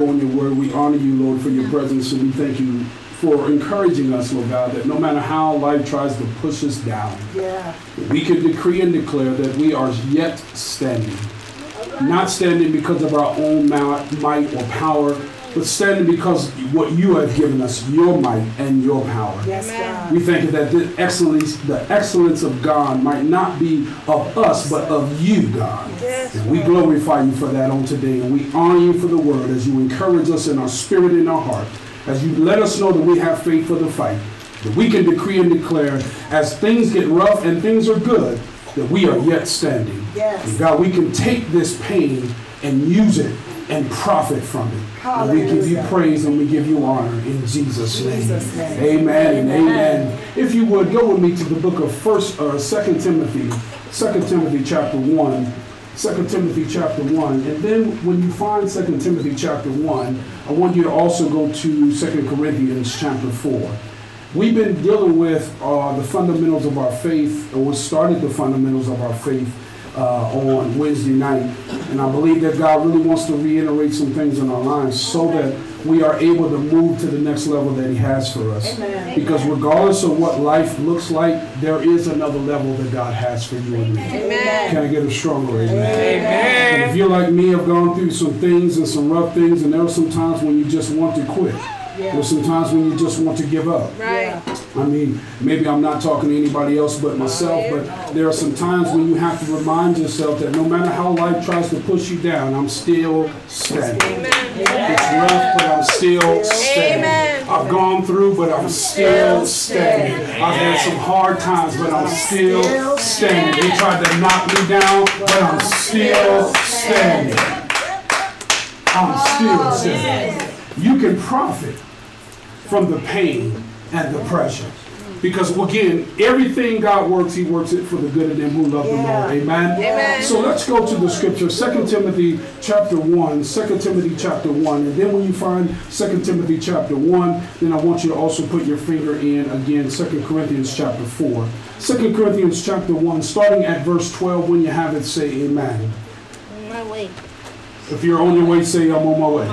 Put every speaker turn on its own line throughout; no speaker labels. on your word. We honor you, Lord, for your presence. So we thank you for encouraging us, Lord God, that no matter how life tries to push us down,
Yeah.
we can decree and declare that we are yet standing. Not standing because of our own ma- might or power, but standing because what you have given us, your might and your power.
Yes,
Amen.
We thank you that the excellence, the excellence of God might not be of us, but of you, God.
Yes.
And we glorify you for that on today, and we honor you for the word as you encourage us in our spirit and our heart, as you let us know that we have faith for the fight, that we can decree and declare as things get rough and things are good, that we are yet standing.
Yes.
And God, we can take this pain and use it and profit from it. And we give you
Hallelujah.
praise and we give you honor in Jesus' name.
Jesus' name.
Amen and amen. If you would, go with me to the book of First or Second Timothy, Second Timothy chapter one, Second Timothy chapter one, and then when you find Second Timothy chapter one, I want you to also go to Second Corinthians chapter four. We've been dealing with uh, the fundamentals of our faith, or we started the fundamentals of our faith uh, on Wednesday night, and I believe that God really wants to reiterate some things in our lives so that we are able to move to the next level that He has for us.
Amen.
Because regardless of what life looks like, there is another level that God has for you and me.
Amen.
Can I get a stronger amen?
Amen.
And if you're like me, I've gone through some things and some rough things, and there are some times when you just want to quit.
Yeah.
There's some times when you just want to give up.
Right.
I mean, maybe I'm not talking to anybody else but myself, but there are some times when you have to remind yourself that no matter how life tries to push you down, I'm still standing.
Amen.
It's rough, but I'm still standing.
Amen.
I've gone through, but I'm still standing. I've had some hard times, but I'm still standing. They tried to knock me down, but I'm still standing. I'm still standing. You can profit from the pain and the pressure. Because again, everything God works, He works it for the good of them who love the Lord. Amen.
Amen.
So let's go to the scripture, 2 Timothy chapter 1, 2 Timothy chapter 1. And then when you find 2 Timothy chapter 1, then I want you to also put your finger in again 2 Corinthians chapter 4. 2 Corinthians chapter 1, starting at verse 12, when you have it, say amen.
My way.
If you're on your way, say, I'm on my way.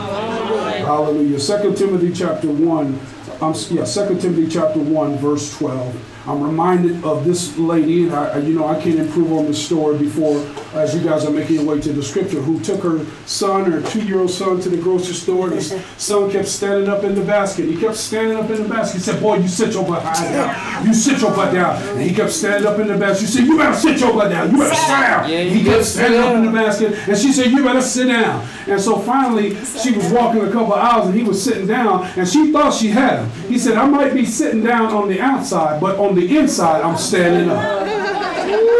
Hallelujah. Second Timothy chapter one, um, yeah, Second Timothy chapter one, verse twelve. I'm reminded of this lady, and I, I- you know, I can't improve on this story before, as you guys are making your way to the scripture, who took her son, her two-year-old son, to the grocery store, and his son kept standing up in the basket. He kept standing up in the basket. He said, boy, you sit your butt high down. You sit your butt down. And he kept standing up in the basket. She said, you better sit your butt down. You better sit down.
Yeah,
he
you
kept
better
standing up in the basket, and she said, "You better sit down." And so finally, she was walking a couple hours, and he was sitting down, and she thought she had him. He said, "I might be sitting down on the outside, but on the inside, I'm standing up."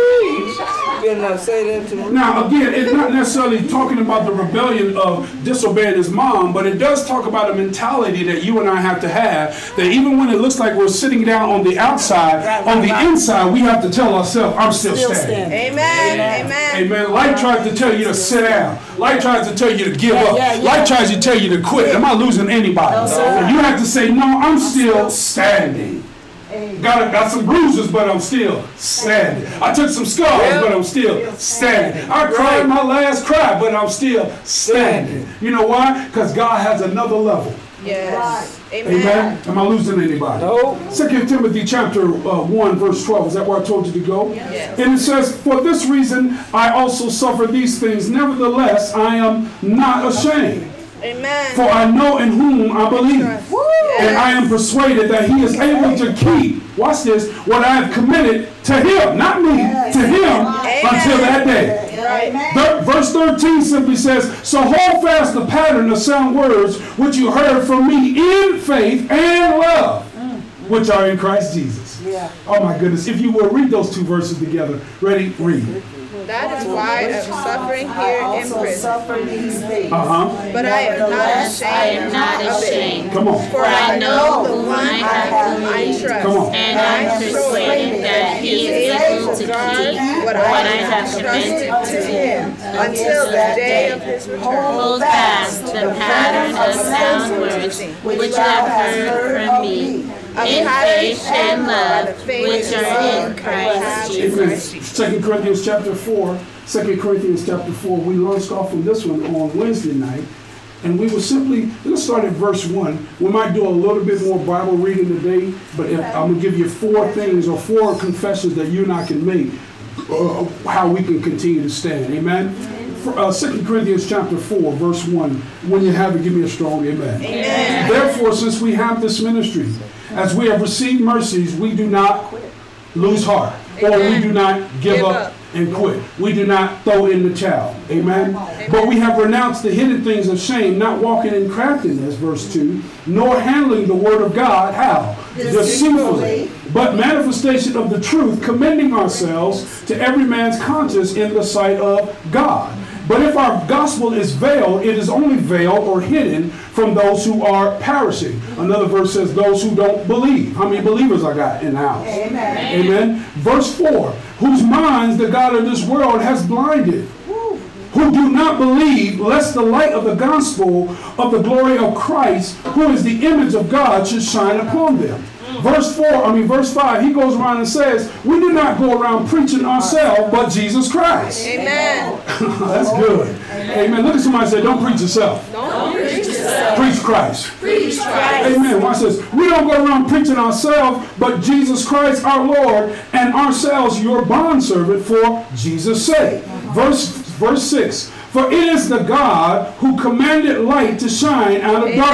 Good enough. Say that to me.
Now, again, it's not necessarily talking about the rebellion of disobeying his mom, but it does talk about a mentality that you and I have to have that even when it looks like we're sitting down on the outside, on the inside, we have to tell ourselves, "I'm still
Still
standing."
standing.
Amen. Amen.
Amen. Life tries to tell you to sit down. Life tries to tell you to give up.
yeah, yeah.
Life tries to tell you to quit. Am I losing anybody?
No, sir.
And you have to say, no, I'm still standing. Got, got some bruises, but I'm still standing. I took some scars, but I'm still standing. I cried my last cry, but I'm still standing. You know why? Because God has another level.
Yes. Amen.
Amen. Am I losing anybody?
No.
Second Timothy chapter uh, one verse twelve. Is that where I told you to go?
Yes.
And it says, "For this reason I also suffer these things. Nevertheless, I am not ashamed, for
Amen.
I know in whom I believe, and I am persuaded that He is able to keep. Watch this. What I have committed to Him, not me, to Him, until that day."
Right.
Thir- Verse 13 simply says, So hold fast the pattern of sound words which you heard from me in faith and love, which are in Christ Jesus.
Yeah.
Oh my goodness. If you will, read those two verses together. Ready? Read.
That is why I am suffering
I
here in
also
prison.
suffer these things.
Uh huh.
But I am not
Nevertheless,
ashamed.
I am not
of it.
ashamed.
Come on.
For I know the
whom
one
I
I
have
whom I
believed.
trust.
Come on.
And I am persuaded that he is able to
what
keep what
I
I have
trusted
committed
unto
to him
him
until the day of his return.
Hold fast the pattern of sound words which you have heard from me, in faith and love, which are in Christ
Amen.
Jesus.
Second Corinthians chapter 4. Second Corinthians chapter 4. We launched off from this one on Wednesday night. And we will simply, let's start at verse 1. We might do a little bit more Bible reading today, but if, I'm going to give you four things or four confessions that you and I can make uh, how we can continue to stand. Amen? For, uh, 2 Corinthians chapter 4, verse 1. When you have it, give me a strong amen. amen. Therefore, since we have this ministry, as we have received mercies, we do not lose heart, or we do not give
Give
up
up.
and quit. We do not throw in the towel. Amen? But we have renounced the hidden things of shame, not walking in craftiness, verse 2, nor handling the word of God, how? Deceitfully, but manifestation of the truth, commending ourselves to every man's conscience in the sight of God. But if our gospel is veiled, it is only veiled or hidden from those who are perishing. Another verse says, those who don't believe. How many believers I got in the house?
Amen.
Amen. Verse 4 Whose minds the God of this world has blinded, who do not believe, lest the light of the gospel of the glory of Christ, who is the image of God, should shine upon them. Verse 4, I mean, verse 5, he goes around and says, We do not go around preaching ourselves, but Jesus Christ.
Amen.
That's good. Amen. Look at somebody and say, Don't preach yourself. Preach Christ.
Preach Christ.
Amen. Watch this. We don't go around preaching ourselves, but Jesus Christ our Lord, and ourselves your bondservant for Jesus' sake. Verse verse 6. For it is the God who commanded light to shine out of darkness.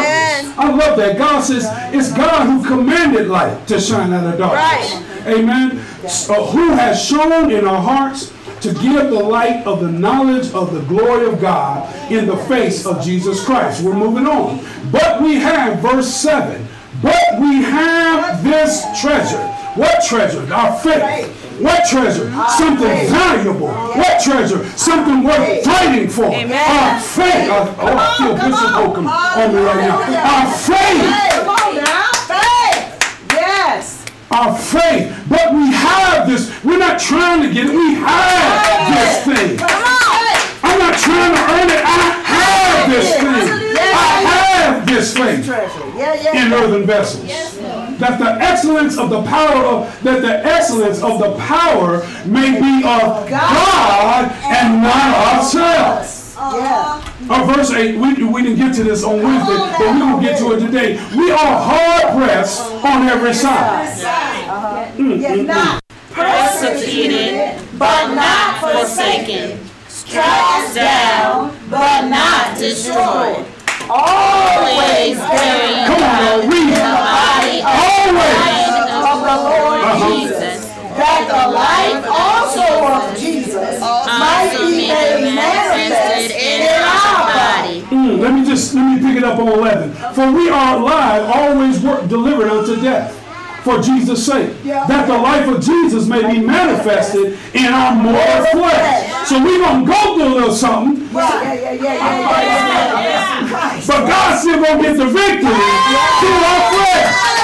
Amen.
I love that. God says it's God who commanded light to shine out of darkness. Amen. So who has shown in our hearts to give the light of the knowledge of the glory of God in the face of Jesus Christ. We're moving on. But we have, verse 7, but we have this treasure. What treasure? Our faith. What treasure? Something valuable. What treasure? Something worth fighting for. Our faith. Our- Oh, I feel Bishop Oakham on me right now. Our faith.
Come on now. Faith. Yes.
our faith, but we have this. We're not trying to get it. We have this thing.
Come on.
I'm not trying to earn it. I have this thing. I have this thing
Treasure. Yeah, yeah.
in earthen vessels. That the excellence of the power of that the excellence of the power may be of God and not ourselves.
Yeah.
Uh, verse 8, we, we didn't get to this on Wednesday, but we will get to it today. We are hard pressed on every side.
Yeah, not
Persecuted, but not forsaken. Cast down, but not destroyed. Always bearing
Come on, y'all, read
the body of
Always.
the Lord Jesus.
that the life also of Jesus might
Also
be made manifested in our body.
body.
Mm, let me just let me pick it up on 11 for we are alive always work delivered unto death for jesus sake that the life of jesus may be manifested in our mortal flesh so we gonna go through a little something
Yeah, yeah, yeah, yeah, yeah. Christ.
but god still gonna get the victory through our flesh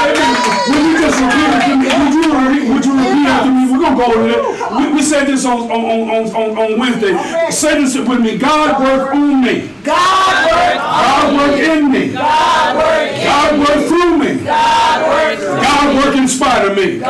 Amen. Would you just repeat after me? Would you repeat, would you repeat after me? We're gonna go over there. We, we said this on, on, on, on- on, on Wednesday. Say this with me. God work on me.
God work,
God work in me. God work God work through me. God work God work in spite of me.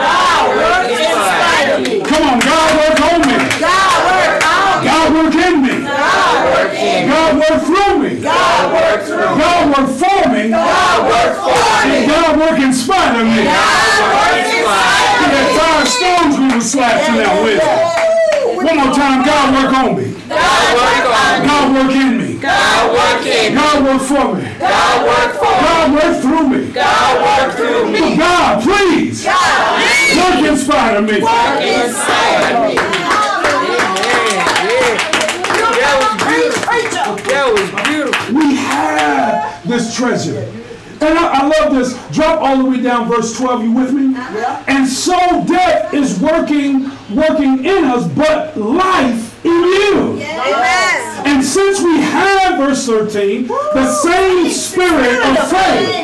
Come on, God work on me.
God work, out.
God work in me. God work through me. God work through. God work for me. God work for me. And God work in spite of me. Look at five storms we were slapped in that wind. One more time, God work on me. God work in me. God work for me. God work through me. Oh, God, please. Work in spite of me.
That was beautiful.
We have this treasure. And I, I love this. Drop all the way down, verse 12. You with me? And so death is working, working in us, but life in you.
Amen.
And since we have, verse 13, the same spirit of faith,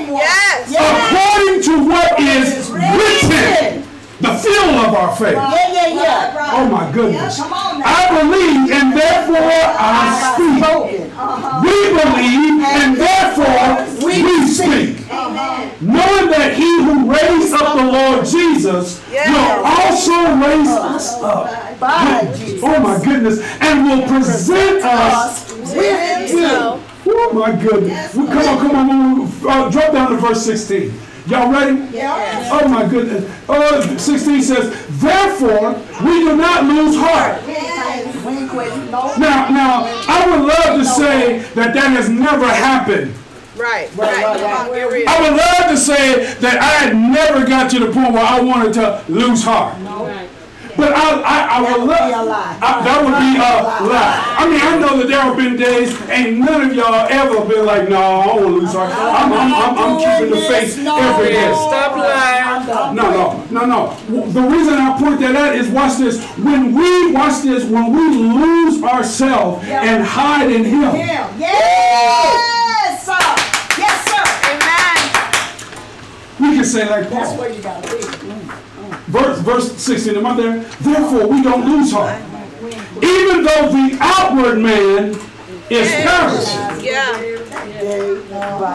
Yes.
according to what is written, the fuel of our faith.
Yeah, yeah, yeah.
Oh my goodness.
Come on now.
I believe, and therefore I speak.
Spoken. Uh-huh.
We believe and therefore we speak. Knowing that he who raised up the Lord Jesus will also raise us up.
By Jesus.
Oh my goodness. And will present us
With
with Oh my goodness. We come on, come on, come on. Uh, drop down to verse 16. Y'all ready?
Yeah.
Oh my goodness. Uh, 16 says, Therefore, we do not lose heart.
We ain't quit. We ain't quit. No.
Now, now, I would love to say that that has never happened.
Right, right. Get real.
I would love to say that I had never got to the point where I wanted to lose heart. But I, I, I would
That would
love.
be a lie.
I- that would be a lie. I mean, I know that there have been days, ain't none of y'all ever been like, no, I don't want to lose heart. I'm, I'm, I'm, I'm keeping the faith every day.
Stop lying.
No, no, no, no. W- The reason I point that out is watch this. When we watch this, when we lose ourselves and hide in Him,
Him. Yes, sir. Yes, sir.
Amen.
we can say like Paul.
That's where you gotta be.
verse, verse 16, am I there? Therefore, we don't lose heart. Even though the outward man is perishing,
Yeah.
Day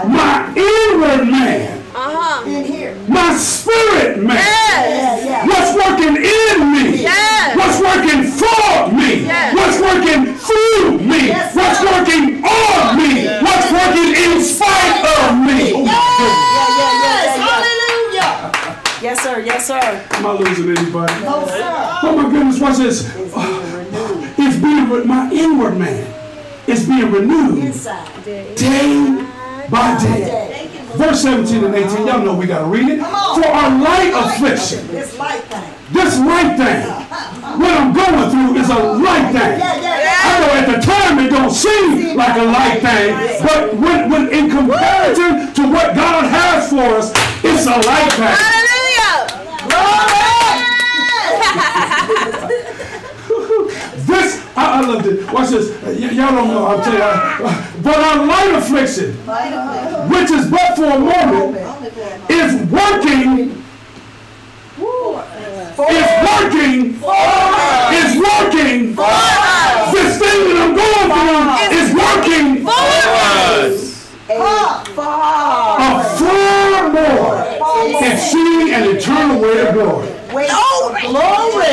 my inward man,
Uh-huh.
by in here.
my spirit man,
Yes.
Yeah, yeah.
what's working in me,
Yes.
what's working for me,
Yes.
what's working through me,
Yes,
what's
sir.
working on me, what's working in spite of me. Oh, my
Yes, hallelujah.
Yes, sir. Yes, sir.
goodness. Am I losing anybody?
No, sir.
Oh my goodness, watch this. It's being re- my inward man is being renewed
Inside.
day by day.
Day.
Verse 17 and 18, y'all know we gotta read it.
on.
For our light affliction,
It's light thing.
this light thing, what I'm going through is a light
Yeah,
thing.
yeah, yeah.
I know at the time it don't seem like a light thing, but when, when in comparison to what God has for us, it's a light thing.
Hallelujah.
This, I, I love this. Watch this. Uh, Y- y'all don't know. I'm telling you. I- but our light affliction, which is but for a moment, is working. Is working. Is working. This thing that I'm going through is working. A
Up.
far more exceeding and eternal weight of glory.
Wait. Glory.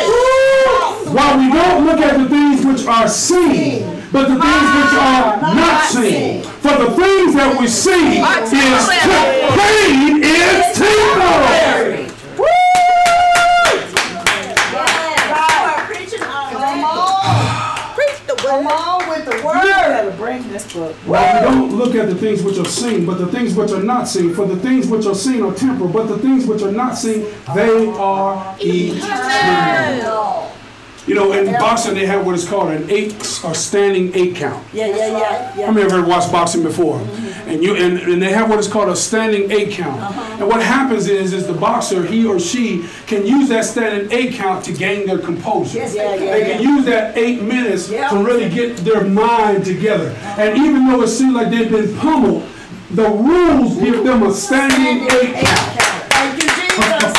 While we don't look at the things which are seen, but the things which are not seen. For the things that we see is te- pain is temporary.
Come on.
Preach the
Come
word.
on with the
You
word.
better bring this book.
While we don't look at the things which are seen, but the things which are not seen. For the things which are seen are temporal, but the things which are not seen, they are eternal. You know, in boxing they have what is called an eight or standing eight count.
Yeah, yeah, yeah,
How
yeah.
many of you ever watched boxing before? And you and, and they have what is called a standing eight count. And what happens is is the boxer, he or she, can use that standing eight count to gain their composure.
Yeah, yeah,
They can use that eight minutes to really get their mind together. And even though it seems like they've been pummeled, the rules give them a standing eight count.
Thank you, Jesus.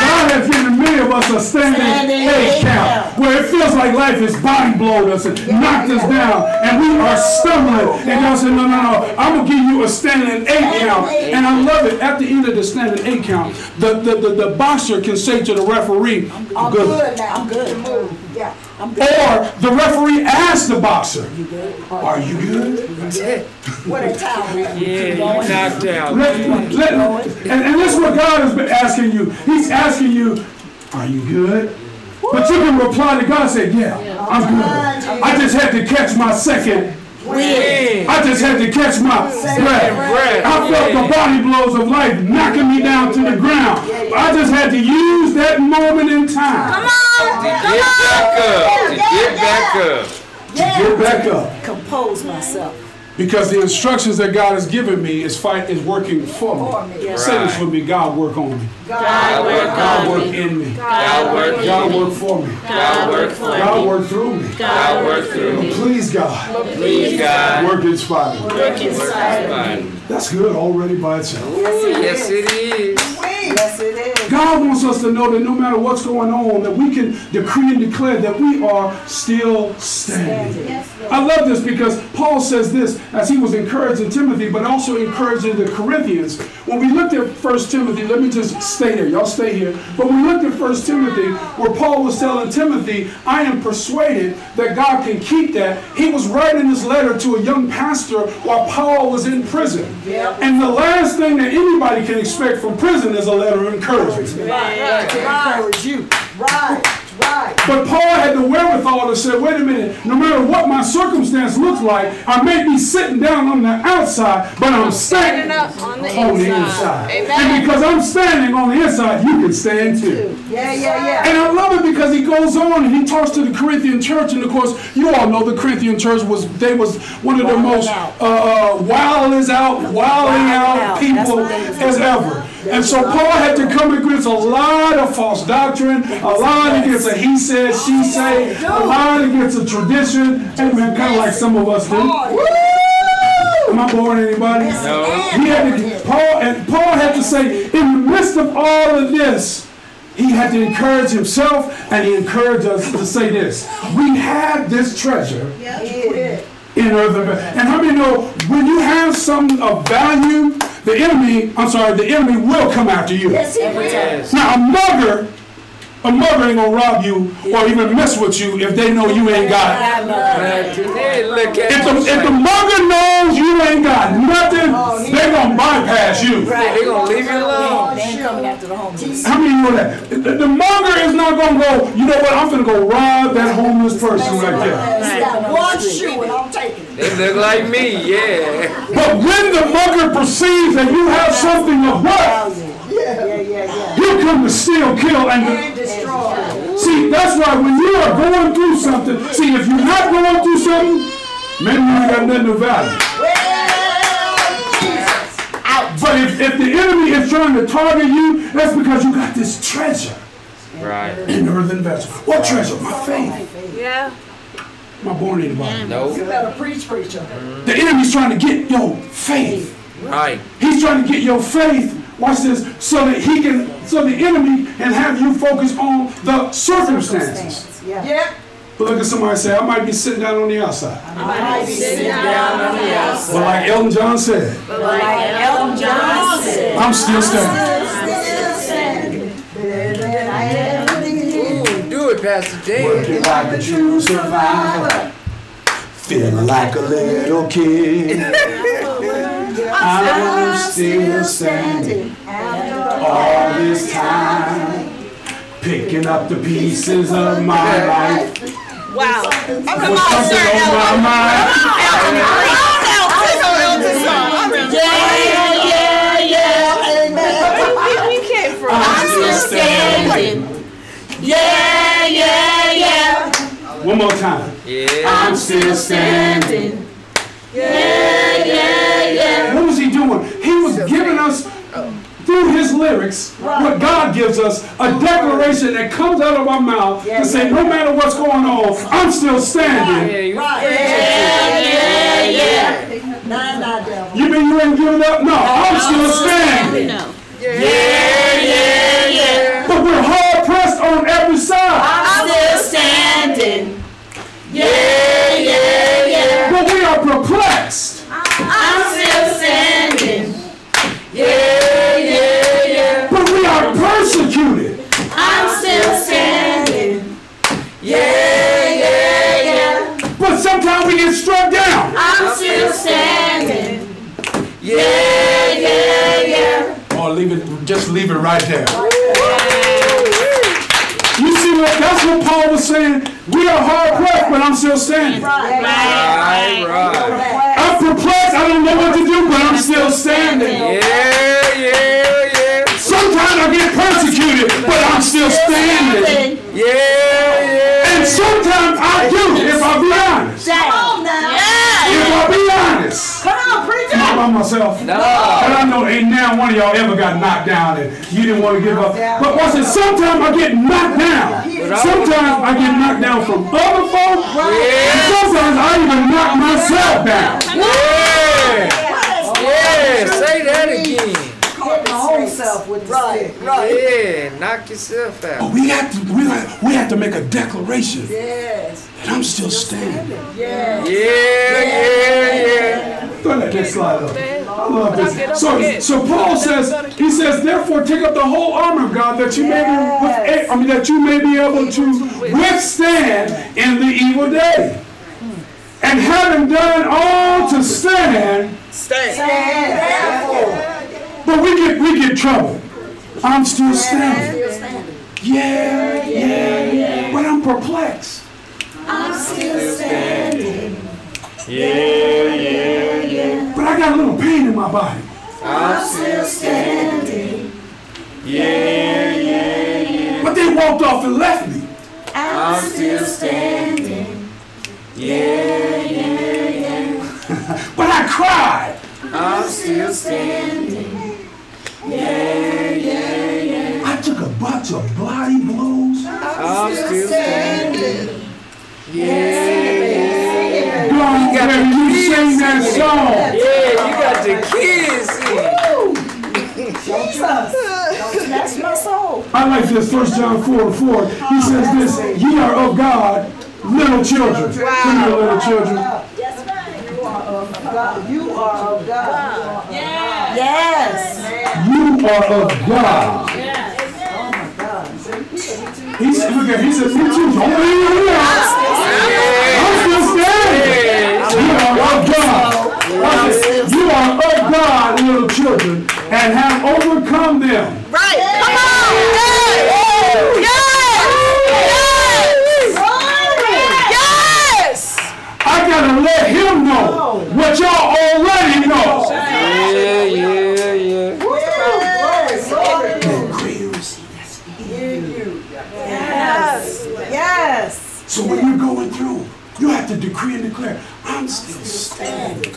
God has given many of us a standing,
Standing
eight
eight
count, where it feels like life is body blowed us and knocked us down, and we are stumbling. And God said, No, no, no, I'm gonna give you a standing eight count. And I love it. At the end of the standing eight count, the, the, the, the boxer can say to the referee, I'm good.
Good now. I'm good. Yeah.
Or the referee asks the boxer, Are you good?
What a towel.
Let, let, and, and this is what God has been asking you. He's asking you, Are you good? But you can reply to God and say, Yeah, I'm good. I just had to catch my second. I just had to catch my breath. I felt the body blows of life knocking me down to the ground. I just had to use that moment in time
Get back up. Get back up.
to get back up.
Compose myself.
Because the instructions that God has given me is fight is working for me. Say this for me, God work on me.
God work
God
on
work
me.
in me.
God work in
God
me.
work for me.
God work for
God
me.
work through me.
God work through me.
Please, God,
Please, God.
work inspired.
Work inside.
Fine.
That's good already by itself.
Yes, it is.
Yes, it is.
God wants us to know that no matter what's going on, that we can decree and declare that we are still standing. I love this because Paul says this as he was encouraging Timothy, but also encouraging the Corinthians. When we looked at 1 Timothy, let me just stay there, y'all stay here. But when we looked at 1 Timothy, where Paul was telling Timothy, I am persuaded that God can keep that, he was writing this letter to a young pastor while Paul was in prison. And the last thing that anybody can expect from prison is a letter of encouragement.
Encourage you.
Right, right.
But Paul had the wherewithal to say, wait a minute, no matter what my circumstance looks like, I may be sitting down on the outside, but I'm standing
up on the
on the
inside.
inside.
Amen.
And because I'm standing on the inside, you can stand too.
Yeah, yeah, yeah.
And I love it because he goes on and he talks to the Corinthian church, and of course, you all know the Corinthian church was they was one of the most uh, uh, wild is out, wilding out
out. That's
people
what they was
as ever. And so Paul had to come against a lot of false doctrine, a lot against a he said, she said, a lot against a tradition. Amen. Kind of like some of us do. Am I boring anybody?
No.
He had to, Paul and Paul had to say, in the midst of all of this, he had to encourage himself and he encouraged us to say this. We have this treasure in earthen vessels. And how many know when you have something of value, the enemy, I'm sorry, the enemy will come after you. Now a mugger, a mugger ain't gonna rob you or even mess with you if they know you ain't got it.
Hey, look at
If the, if the mugger knows you ain't got Oh, nothing, they gonna bypass you.
They gonna leave you alone.
They ain't coming after the homeless.
How many know that? The, the mugger is not gonna go, you know what, I'm gonna go rob that homeless person right there.
It's not one shoe and I'm taking it.
They look like me, yeah.
But when the mugger perceives that you have something of what,
Yeah, yeah, yeah.
you come to steal, kill, and
And destroy.
see, that's why when you are going through something, see, if you're not going through something, maybe you ain't got nothing of value. But if, if the enemy is trying to target you, that's because you got this treasure
Right.
in earthen vessel. What treasure? My faith.
Yeah.
Am I born anybody?
You
No.
better preach, preacher.
The enemy's trying to get your faith.
Right.
He's trying to get your faith. Watch this, so that he can, so the enemy can have you focus on the circumstances.
Yeah.
Yep.
But look at somebody and say, I might be sitting down on the outside. But like Elton John said,
Like Elton John said.
I'm still standing.
Do it, Pastor Dave.
like a true survivor. Feeling like a little kid. I'm still standing. All this time. Picking up the pieces of my life.
Wow. Oh, come
With
on,
something
sir.
on my
Elton.
mind.
Elton, please, Elton. Come on, Elton song. I'm
Yeah, yeah, yeah.
Where we came from?
I'm still standing. Yeah, yeah, yeah.
One more time.
Yeah.
I'm still standing. Yeah, yeah, yeah.
What was he doing? He was giving us, through his lyrics, what God gives us a declaration that comes out of our mouth to say, no matter what's going on, I'm still standing.
Yeah, you
Yeah, yeah, yeah.
Nine, nine, devil.
You mean you ain't giving up? No, I'm still standing.
No. Yeah, yeah, yeah.
But we're hard pressed on every side.
I'm still standing. Yeah, yeah, yeah.
But we are perplexed.
I'm still standing. Yeah, yeah, yeah.
But we are persecuted.
I'm still standing. Yeah, yeah, yeah.
But sometimes we get struck down.
I'm still standing. Yeah, yeah, yeah.
Or leave it, just leave it right there. You see what? That's what Paul was saying. We are hard pressed, but I'm still standing.
Right, right.
I'm perplexed. I don't know what to do, but I'm still standing.
Yeah, yeah, yeah.
Sometimes I get persecuted, but I'm still standing.
Yeah, yeah.
And sometimes I do, if I be honest. If I be honest.
Come on, preacher.
Not by myself.
No.
But I know ain't now one of y'all ever got knocked down and you didn't want to give up. But watch it, sometimes I get knocked down. Sometimes I get knocked down from other folk. And sometimes I even knock myself down.
Yeah. Yeah. Say that again.
Come
hit my own self with the stick. Right,
Yeah, knock yourself out.
But we have to we have, we have to make a declaration that
yes,
I'm still standing.
yes.
Yeah, yeah, yeah.
Throw that next slide up. I love
Get
this.
up,
So,
get.
so Paul says, he says, therefore take up the whole armor of God that you may be, with- I mean, that you may be able to withstand in the evil day. And having done all to stand,
Stay.
but we get we get trouble. I'm still standing. Yeah, yeah, yeah. But I'm perplexed.
Yeah,
But I got a little pain in my body.
I'm still standing. Yeah,
But they walked off and left me.
I'm still standing. Yeah,
But I cried.
I'm still standing.
I took a bunch of bloody blows.
I'm still standing. Yeah,
God, when you sing that song,
yeah, you got the kids.
That's my soul.
I like this. First John four and four. He says this: "Ye are of God, little children. Come here, little children.
God, you are of God.
Yes.
You are of God." He said, "Look at." He says, "Me too. Don't leave me alone. I'm still standing. You are of God. I said, You are of God, little children, and have overcome them."
Right. Come on. Yes. Yes. Yes. Yes.
I gotta let him know what y'all already know.
Yeah, yeah, yeah.
Yes.
So when you're going through, you have to decree and declare, I'm still standing.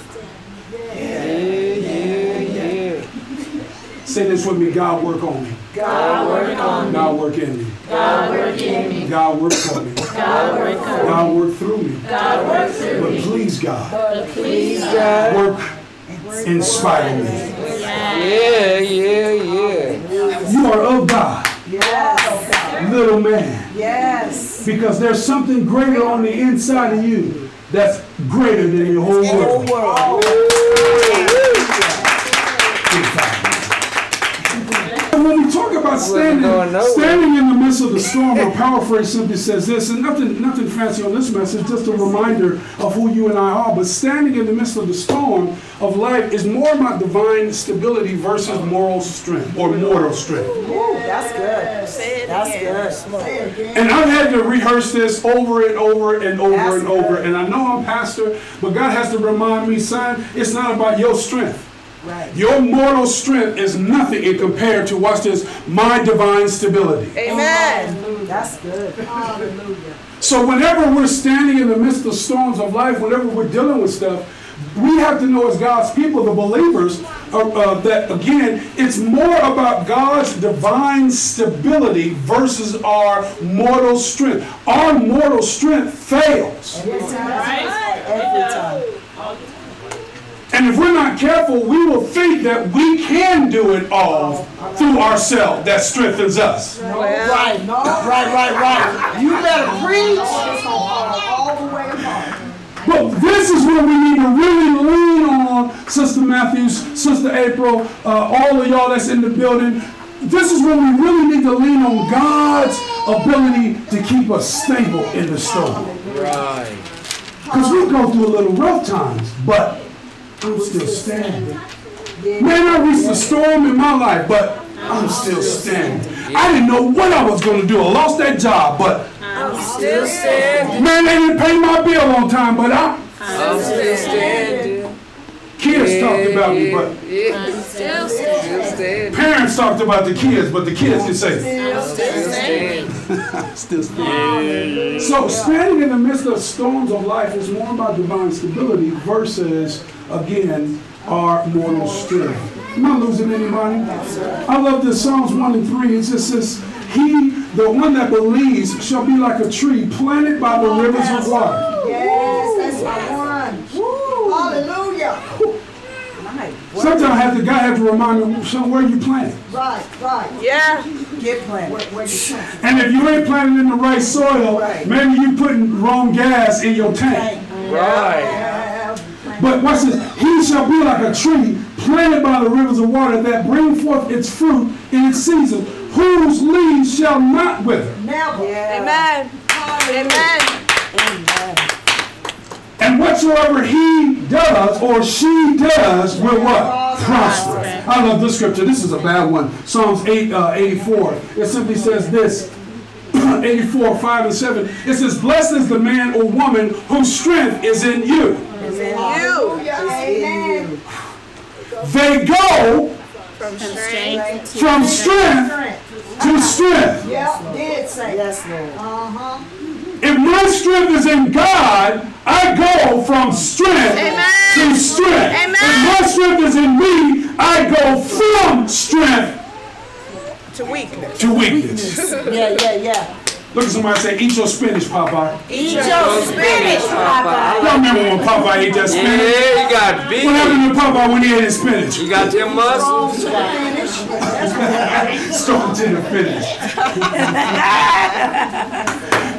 Say this with me, God work on me. God work on me. God work in me. God work in me. God work for me. God work through me. God work through me. But please God. Work in spite of me.
Yeah, yeah, yeah.
You are of God,
Yes.
little man.
Yes.
Because there's something greater on the inside of you that's greater than your whole
Whole
world.
world.
And when we talk about standing,
going nowhere.
standing in the midst of the storm, a power phrase simply says this, and nothing, nothing fancy on this message, just a reminder of who you and I are. But standing in the midst of the storm of life is more about divine stability versus moral strength or mortal strength.
Ooh, that's good. That's good.
And I've had to rehearse this over and over and over and over. And I know I'm pastor, but God has to remind me, son, it's not about your strength.
Right.
Your mortal strength is nothing in compared to watch this, my divine stability.
Amen.
That's good.
So whenever we're standing in the midst of storms of life, whenever we're dealing with stuff, we have to know as God's people, the believers, uh, uh, that again, it's more about God's divine stability versus our mortal strength. Our mortal strength fails.
Every time.
And if we're not careful, we will think that we can do it all through ourselves. That strengthens us.
Right, no, right, right, right. You better preach.
But this is where we need to really lean on Sister Matthews, Sister April, uh, all of y'all that's in the building. This is where we really need to lean on God's ability to keep us stable in the storm.
Right.
Because we go through a little rough times, but I'm still standing. Man, I reached a storm in my life, but I'm still standing. I didn't know what I was going to do. I lost that job, but
Still standing.
man, they didn't pay my bill on time, but I.
I'm still standing.
Kids talked about me, but
Yeah,
Still
still standing.
Parents talked about the kids, but the kids can say,
Still standing.
still standing. So standing in the midst of storms of life is more about divine stability versus, again, our mortal strength. Am I losing anybody? I love this Psalms 1 and 3. It just says, He, the one that believes, shall be like a tree planted by the rivers of water.
Yes, that's my one. Hallelujah.
So Sometimes I have to, God have to remind me, so where you planting?
Right, right.
Yeah.
Get planted. Where, where you planted.
And if you ain't planting in the right soil,
Right.
maybe you putting wrong gas in your tank.
Right.
But watch this, he shall be like a tree planted by the rivers of water that bring forth its fruit in its season, whose leaves shall not wither.
Never.
Amen. Amen.
And whatsoever he does or she does will what? Prosper. I love this scripture. This is a bad one. Psalms 8, uh, 84. It simply says this. 84, 5 and 7. It says, Blessed is the man or woman whose strength is in you.
You.
Amen.
They go
Strength
from strength to strength.
Yep, did say. Yes, Lord. Uh-huh.
If my strength is in God, I go from strength to strength. If my strength is in me, I go from strength
To weakness.
to weakness.
Yeah, yeah, yeah.
Look at somebody say, eat your spinach, Popeye.
Eat your spinach.
Y'all remember when Popeye ate that
Yeah,
spinach?
he got
What
big.
happened to Popeye when he ate his spinach?
He got them muscles.
Stone to the finish.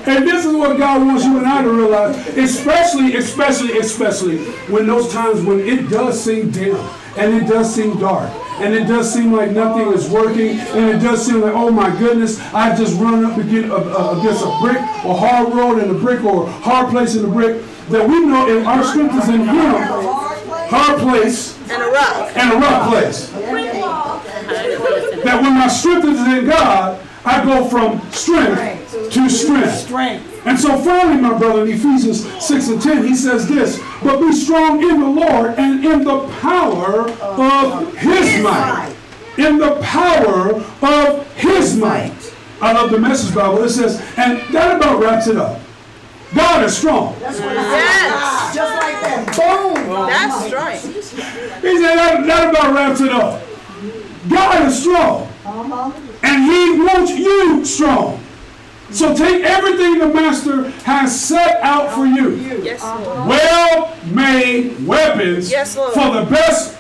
and this is what God wants you and I to realize, especially, especially, especially when those times when it does seem dim and it does seem dark. And it does seem like nothing is working, and it does seem like, oh my goodness, I've just run up against a, a- against a brick, a hard road and a brick, or a hard place in a brick. That we know if our strength is in Him, hard place
And a rock.
and a rough place. That when my strength is in God, I go from strength to strength.
Strength.
And so finally, my brother, in Ephesians 6 and 10, he says this, but be strong in the Lord and in the power of his might. In the power of his might. I love the message Bible. It says, and that about wraps it up. God is strong.
Yes.
Just like that. Boom.
That's strength.
He said, that, that about wraps it up. God is strong. And he wants you strong. So take everything the master has set out for you.
Yes.
Well-made weapons
Yes, Lord.
for the best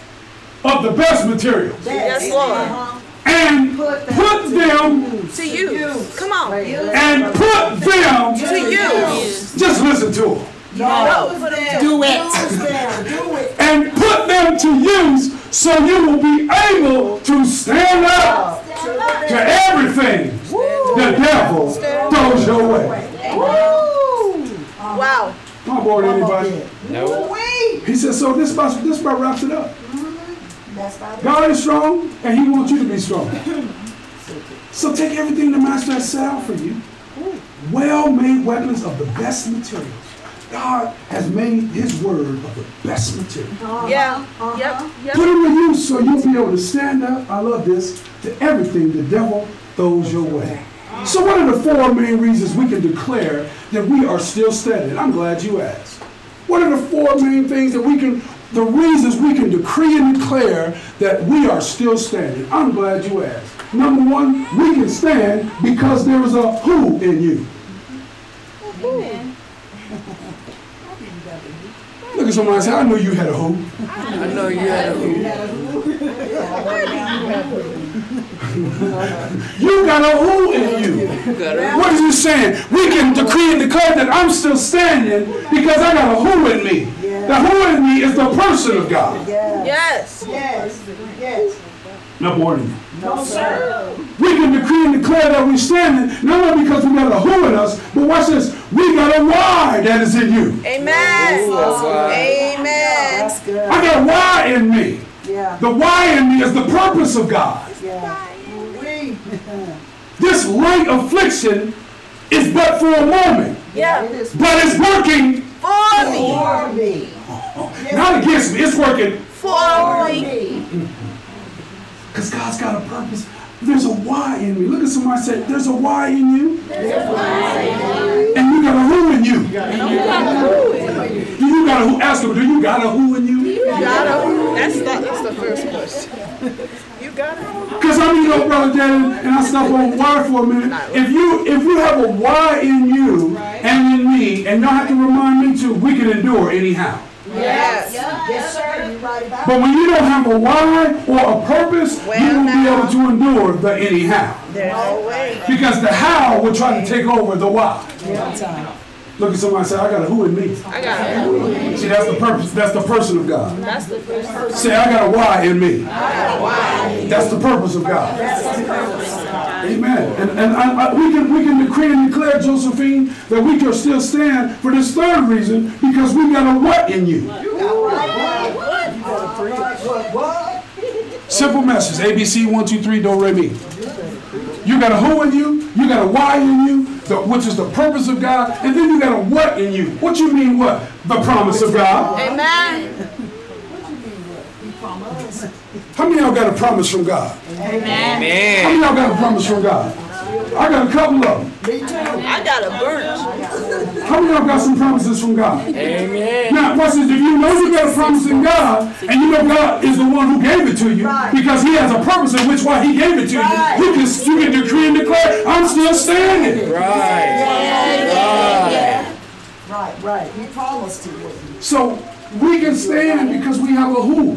of the best materials.
Yes, Lord.
Uh-huh.
And
Put them
put them
To you. Come on.
and put them
To you.
just listen to them.
Do it. Use them. Do it.
And put them to use so you will be able to stand up to everything the devil throws your way.
Wow.
Come on, board, anybody.
No.
He says, so this about, this about wraps it up. God is strong, and he wants you to be strong. So take everything the master has set out for you. Well-made weapons of the best materials. God has made his word of the best material.
Yeah. Yep.
Put
Yep.
them to use so you'll be able to stand up, I love this, to everything the devil throws your way. So what are the four main reasons we can declare that we are still standing? I'm glad you asked. What are the four main things that we can, the reasons we can decree and declare that we are still standing? I'm glad you asked. Number one, we can stand because there is a who in you. Look at somebody and say, I knew you had a who.
I know you had a
You got a who in you. What is he saying? We can decree and declare that I'm still standing because I got a who in me. The who in me is the person of God.
Yes.
Yes. Yes.
Not more than you.
No, sir.
We can decree and declare that we're standing not only because we got a who in us, but watch this. We got a why that is in you.
Amen. Amen.
good.
I got a why in me.
Yeah.
The why in me is the purpose of God.
Yeah. We.
This light affliction is but for a moment,
Yeah.
but it's working
For me.
For me.
not against me. It's working
For
For
me.
me.
Because God's got a purpose. There's a why in me. Look at somebody say, there's a why in you. And you got a who in you. Do you got a who? Ask them, do you got a who in you?
gotta, that's the, that's the first question. You gotta.
Because I mean, you know, Brother Jaden, and I stop on why for a minute. If you if you have a why in you and in me, and y'all have to remind me too, we can endure anyhow.
Yes.
Yes,
sir, you right about
But when you don't have a why or a purpose, you
Well,
won't be
now-
able to endure the anyhow.
There's no way.
Because the how will try to take over the why.
That's
Look at somebody and say, I got a who in me.
I got it.
See, that's the purpose, that's the person of God.
That's the first
Say, I got a why in me. That's the purpose of God. Amen. And, and I, I, we can we can decree and declare, Josephine, that we can still stand for this third reason because we got a what in you. Simple message. ABC one two three do re mi. You got a who in you, you got a why in you, the, which is the purpose of God, and then you got a what in you. What you mean what? The promise of God.
Amen.
How many of y'all got a promise from God? How
Amen.
many of y'all got a promise from God? I got a couple of them.
I got a burnt.
How many of y'all got some promises from God? Amen. Now, question is, if you know you got a promise in God, and you know God is the one who gave it to you, because He has a purpose in which why He gave it to you, you can you can decree and declare, "I'm still standing."
Right.
Right, right. You promised to wouldn't
So we can stand because we have a who.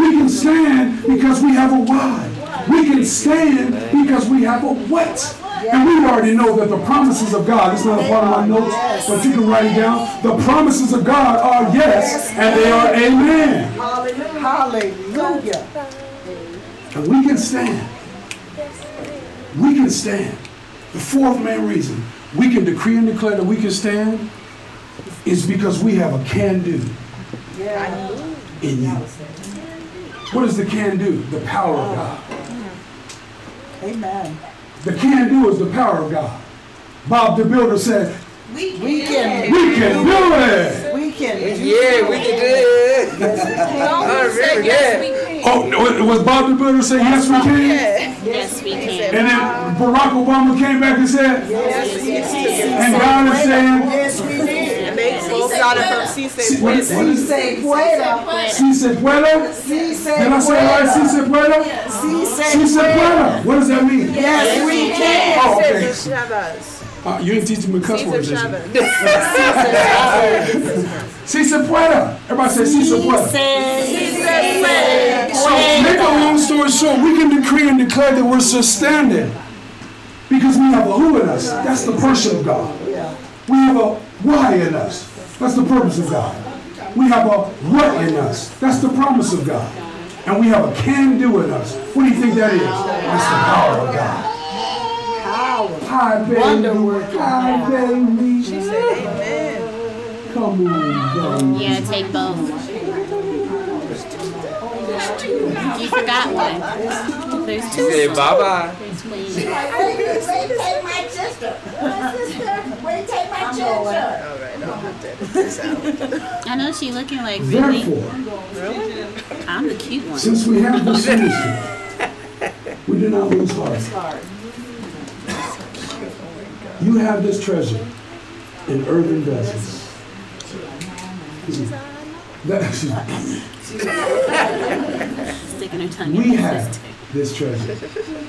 We can stand because we have a why. We can stand because we have a what. And we already know that the promises of God, it's not a part of my notes, but you can write it down. The promises of God are yes, and they are amen.
you? Hallelujah.
And we can stand. We can stand. The fourth main reason we can decree and declare that we can stand is because we have a can do in you. What is the can do? The power of God.
Amen.
The can do is the power of God. Bob the Builder said,
We can,
We can do it.
we can do
Yeah, we Oh, can do it. I remember that.
Oh, no, was Bob the Builder saying, Yes, we can?
Yes, we can.
And then Barack Obama came back and said, And God is saying,
Yes, we did.
They both got it from C-State.
what is, what
Si
is,
se puede.
Si se puede.
Si se
Did I say it right? Si
puede.
se puede?
Si
Si
se
se puede. What does that mean?
Yes, we can.
Oh, okay.
Cesar Chavez.
Uh, you ain't teaching me cuss
Cesar
words. is you?
Chavez.
Si se puede. Everybody say si se puede. So, make a long story short, we can decree and declare that we're sustaining because we have a who in us. That's the person of God. We have a why in us. That's the purpose of God. We have a what in us. That's the promise of God. And we have a can do in us. What do you think that is? That's the power of God. Hi, baby. Hi, baby. She said, Amen. Come on, baby.
Yeah, take both. You forgot one. There's two.
Say bye-bye.
There's Queen.
Wait, wait, take my sister. My sister, wait, take my sister.
I know she looking like really.
Therefore,
I'm the cute one.
since we have this ministry, we do not lose heart. You have this treasure in earthen vessels. That,
Sticking her tongue. in
we
her
have
sister.
this treasure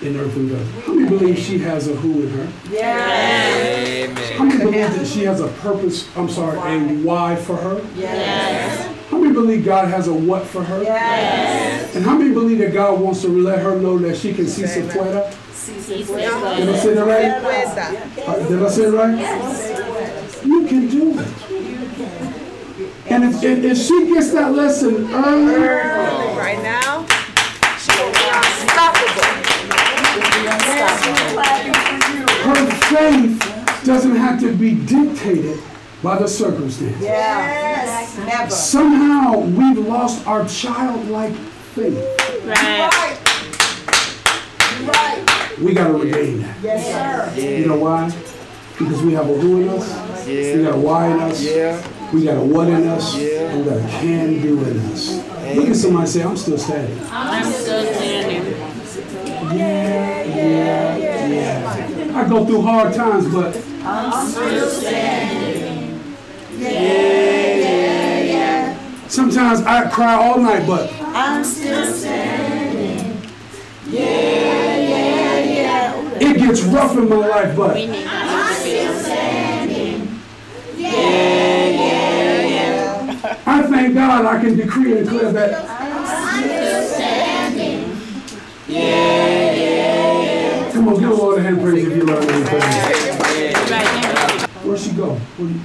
in earthen vessels. How many believe she has a who in her? How
Amen.
many believe that she has a purpose, I'm sorry, a why for her?
Yes.
How many believe God has a what for her? And how many believe that God wants to let her know that she can see Sequoia?
He
Did I
said,
say that right?
Cesar.
Uh, Did I say it right? You can do it. And if, if, if she gets that lesson early,
Right now, she will be unstoppable.
her faith doesn't have to be dictated by the circumstance.
Yes, never.
Somehow we've lost our childlike faith.
right.
We gotta regain that.
Yes, sir.
You know why? Because we have a who in us, we got a why in us,
Yeah.
we got a what in us, and we got a can do in us. Look at somebody and say, I'm still standing.
I'm still standing.
Yeah, yeah, yeah. I go through hard times, but I'm still standing. Yeah, yeah, yeah. Sometimes I cry all night, but
I'm still standing.
it gets rough in my life, but
We need that
I thank in God, I can decree and declare that. Come on, give the Lord a hand praise if you love him. Where'd she go? Where'd you-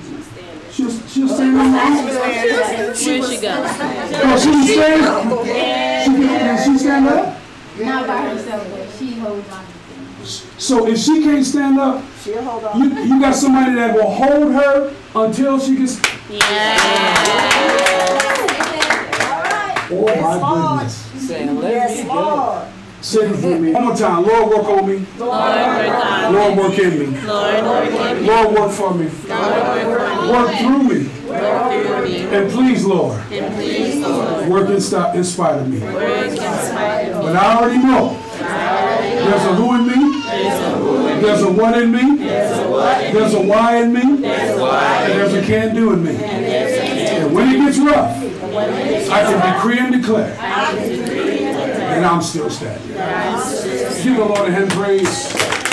She'll, she'll stand on that?
Where'd she go?
Oh, she's standing? She can, can she stand up?
Not by herself, but she holds on. to things.
So if she can't stand up,
She'll hold on.
you, you got somebody that will hold her until she can. st-
Yeah.
Oh my goodness.
Yes, Lord.
Say it for me. One more time. Lord, work on me.
Lord, work on me.
Lord, work in me.
Lord, work in me.
Lord, work for me.
Lord, work on me.
Work through me.
Work through me.
And please, Lord,
And please, Lord,
work in, stop in spite of me.
work in spite of me.
But I already know there's a who in me, there's a what in me, there's a why in me, and there's a can do in me. And when it gets rough, I can decree and declare that I'm still standing. Give the Lord a hand praise.